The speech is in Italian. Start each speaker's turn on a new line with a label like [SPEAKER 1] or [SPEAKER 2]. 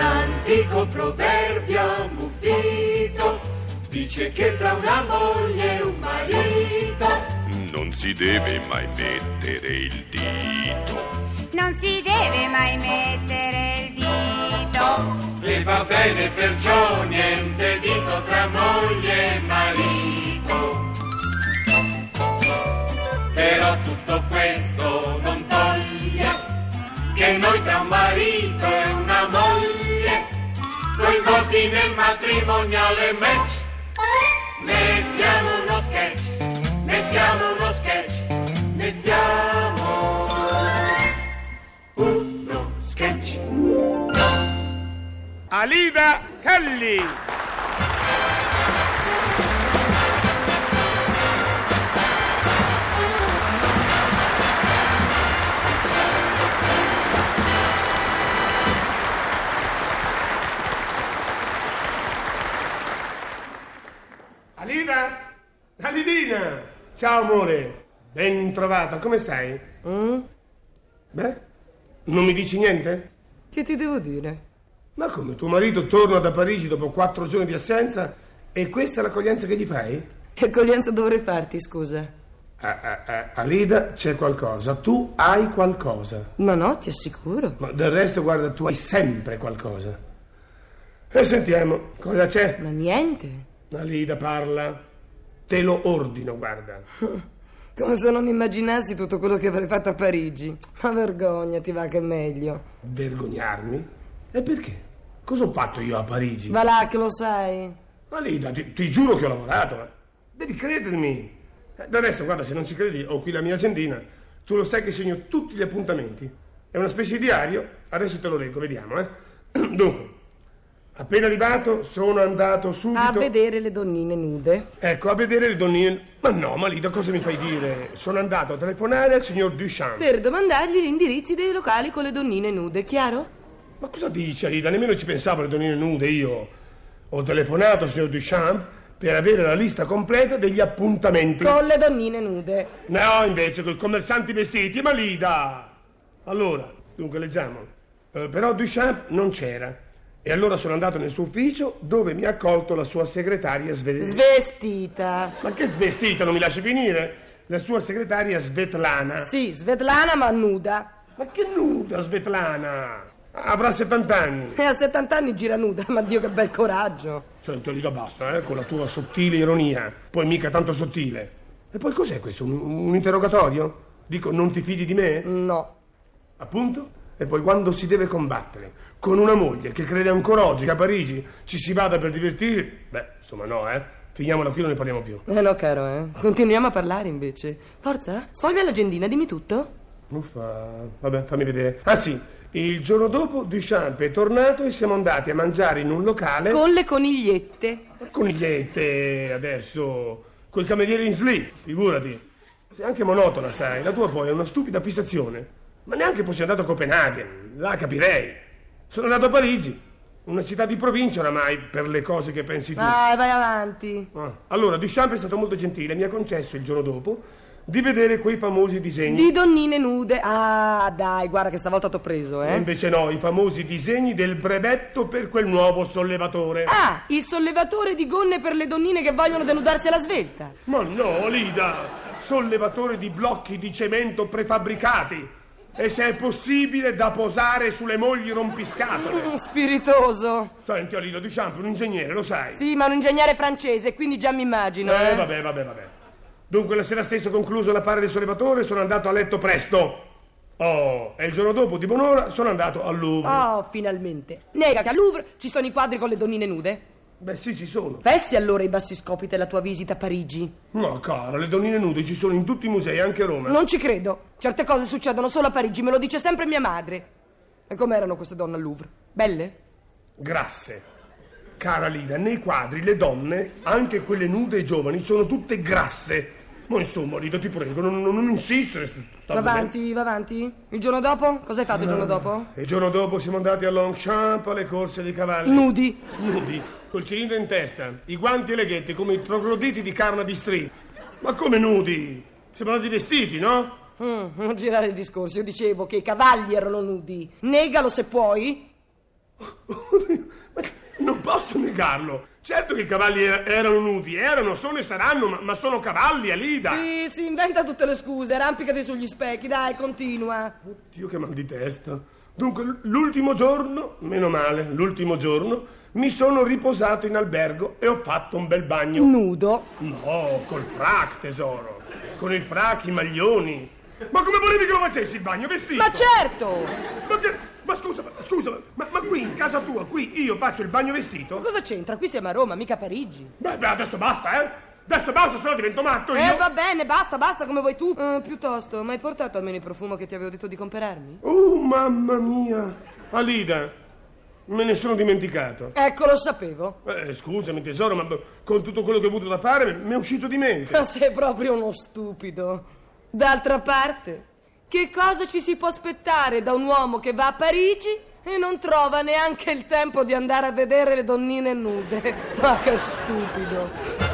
[SPEAKER 1] L'antico proverbio ammuffito dice che tra una moglie e un marito non si deve mai mettere il dito.
[SPEAKER 2] Non si deve mai mettere il dito.
[SPEAKER 1] E va bene perciò niente dito tra moglie e marito. Però tutto questo non toglie che noi tra un marito e una moglie coinvolti nel matrimoniale match mettiamo uno sketch, mettiamo uno sketch, mettiamo uno sketch.
[SPEAKER 3] Alida Kelly. Alida? Alidina! Ciao amore, ben trovata, come stai?
[SPEAKER 4] Mm?
[SPEAKER 3] Beh, non mi dici niente?
[SPEAKER 4] Che ti devo dire?
[SPEAKER 3] Ma come, tuo marito torna da Parigi dopo quattro giorni di assenza e questa è l'accoglienza che gli fai? Eh,
[SPEAKER 4] Che accoglienza dovrei farti, scusa?
[SPEAKER 3] Ah, ah, ah, Alida, c'è qualcosa, tu hai qualcosa.
[SPEAKER 4] Ma no, ti assicuro.
[SPEAKER 3] Ma del resto, guarda, tu hai sempre qualcosa. E sentiamo, cosa c'è?
[SPEAKER 4] Ma niente.
[SPEAKER 3] Alida parla. Te lo ordino, guarda.
[SPEAKER 4] Come se non immaginassi tutto quello che avrei fatto a Parigi. Ma vergogna, ti va che è meglio.
[SPEAKER 3] Vergognarmi? E perché? Cosa ho fatto io a Parigi?
[SPEAKER 4] Va là che lo sai.
[SPEAKER 3] Alida, ti, ti giuro che ho lavorato. eh. Devi credermi. Eh, Del resto, guarda, se non ci credi, ho qui la mia agendina. Tu lo sai che segno tutti gli appuntamenti. È una specie di diario. Adesso te lo leggo, vediamo, eh. Dunque, appena arrivato, sono andato subito...
[SPEAKER 4] A vedere le donnine nude.
[SPEAKER 3] Ecco, a vedere le donnine... Ma no, ma Lida, cosa mi fai dire? Sono andato a telefonare al signor Duchamp.
[SPEAKER 4] Per domandargli gli indirizzi dei locali con le donnine nude, chiaro?
[SPEAKER 3] Ma cosa dice Alida? Nemmeno ci pensavo alle donine nude io. Ho telefonato al signor Duchamp per avere la lista completa degli appuntamenti.
[SPEAKER 4] Con le donnine nude.
[SPEAKER 3] no, invece, con i commercianti vestiti, ma Lida! Allora, dunque, leggiamo. Eh, però Duchamp non c'era. E allora sono andato nel suo ufficio dove mi ha accolto la sua segretaria svedese.
[SPEAKER 4] Svestita.
[SPEAKER 3] ma che svestita, non mi lasci finire? La sua segretaria Svetlana.
[SPEAKER 4] Sì, Svetlana ma nuda.
[SPEAKER 3] Ma che nuda Svetlana! Avrà 70 anni.
[SPEAKER 4] E a 70 anni gira nuda, ma Dio che bel coraggio.
[SPEAKER 3] Sento, Lida, basta, eh, con la tua sottile ironia. Poi mica tanto sottile. E poi cos'è questo? Un, un interrogatorio? Dico, non ti fidi di me?
[SPEAKER 4] No.
[SPEAKER 3] Appunto? E poi quando si deve combattere con una moglie che crede ancora oggi che a Parigi ci si vada per divertire... Beh, insomma no, eh. Finiamola qui, non ne parliamo più.
[SPEAKER 4] Eh no, caro, eh. Continuiamo a parlare invece. Forza, sfoglia l'agendina, dimmi tutto.
[SPEAKER 3] Uffa, vabbè, fammi vedere. Ah sì, il giorno dopo Duchamp è tornato e siamo andati a mangiare in un locale...
[SPEAKER 4] Con le conigliette.
[SPEAKER 3] Conigliette adesso, quel cameriere in slip, figurati. Sei anche monotona, sai, la tua poi è una stupida fissazione. Ma neanche fossi andato a Copenaghen, là capirei. Sono andato a Parigi, una città di provincia oramai per le cose che pensi tu.
[SPEAKER 4] Vai, vai avanti.
[SPEAKER 3] Ah, Allora, Duchamp è stato molto gentile, mi ha concesso il giorno dopo di vedere quei famosi disegni.
[SPEAKER 4] Di donnine nude. Ah, dai, guarda che stavolta t'ho preso,
[SPEAKER 3] E
[SPEAKER 4] eh.
[SPEAKER 3] invece no, i famosi disegni del brevetto per quel nuovo sollevatore.
[SPEAKER 4] Ah, il sollevatore di gonne per le donnine che vogliono denudarsi alla svelta.
[SPEAKER 3] Ma no, Lida! Sollevatore di blocchi di cemento prefabbricati! E se è possibile da posare sulle mogli rompiscatole!
[SPEAKER 4] Mm, spiritoso.
[SPEAKER 3] Senti, Lida Duchamp, un ingegnere, lo sai?
[SPEAKER 4] Sì, ma un ingegnere francese, quindi già mi immagino.
[SPEAKER 3] Eh,
[SPEAKER 4] Eh,
[SPEAKER 3] vabbè, vabbè, vabbè. Dunque, la sera stessa ho concluso la pari del sollevatore e sono andato a letto presto. Oh, e il giorno dopo, di buon'ora, sono andato al Louvre.
[SPEAKER 4] Oh, finalmente. Nega che al Louvre ci sono i quadri con le donnine nude.
[SPEAKER 3] Beh, sì, ci sono.
[SPEAKER 4] Fessi allora i bassi scopi della tua visita a Parigi.
[SPEAKER 3] No, cara, le donnine nude ci sono in tutti i musei, anche a Roma.
[SPEAKER 4] Non ci credo. Certe cose succedono solo a Parigi, me lo dice sempre mia madre. E com'erano queste donne al Louvre? Belle?
[SPEAKER 3] Grasse. Cara Lida, nei quadri le donne, anche quelle nude e giovani, sono tutte grasse. Ma insomma, Lida, ti prego, non, non- non insistere su sta
[SPEAKER 4] va avanti, va avanti. Il giorno dopo? Cosa hai fatto il giorno dopo?
[SPEAKER 3] E il giorno dopo siamo andati a Longchamp alle corse dei cavalli.
[SPEAKER 4] Nudi.
[SPEAKER 3] Nudi, col cilindro in testa, i guanti e le ghette come i trogloditi di Carnaby Street. Ma come nudi? Siamo andati vestiti, no?
[SPEAKER 4] Mm, non girare il discorso, io dicevo che i cavalli erano nudi. Negalo se puoi.
[SPEAKER 3] posso negarlo. Certo che i cavalli era- erano nudi, erano, sono e saranno, ma, ma sono cavalli, Alida.
[SPEAKER 4] Sì, si inventa tutte le scuse, rampicati sugli specchi, dai, continua.
[SPEAKER 3] Dio che mal di testa. Dunque, l- l'ultimo giorno, meno male, l'ultimo giorno, mi sono riposato in albergo e ho fatto un bel bagno.
[SPEAKER 4] Nudo.
[SPEAKER 3] No, col frac, tesoro. Con il frac, i maglioni. Ma come volevi che lo facessi il bagno vestito?
[SPEAKER 4] Ma certo!
[SPEAKER 3] Ma, che- ma scusa, ma- scusa, ma, ma qui in casa tua, qui io faccio il bagno vestito?
[SPEAKER 4] Cosa c'entra? Qui siamo a Roma, mica a Parigi.
[SPEAKER 3] Beh, beh, adesso basta, eh? Adesso basta, sennò divento matto io.
[SPEAKER 4] Eh, va bene, basta, basta, come vuoi tu. Eh, piuttosto, ma hai portato almeno il profumo che ti avevo detto di comprarmi?
[SPEAKER 3] Oh, mamma mia. Alida, me ne sono dimenticato.
[SPEAKER 4] Ecco, lo sapevo.
[SPEAKER 3] Eh, scusami tesoro, ma b- con tutto quello che ho avuto da fare mi è uscito di mente.
[SPEAKER 4] Ma sei proprio uno stupido. D'altra parte, che cosa ci si può aspettare da un uomo che va a Parigi e non trova neanche il tempo di andare a vedere le donnine nude? Ma che stupido.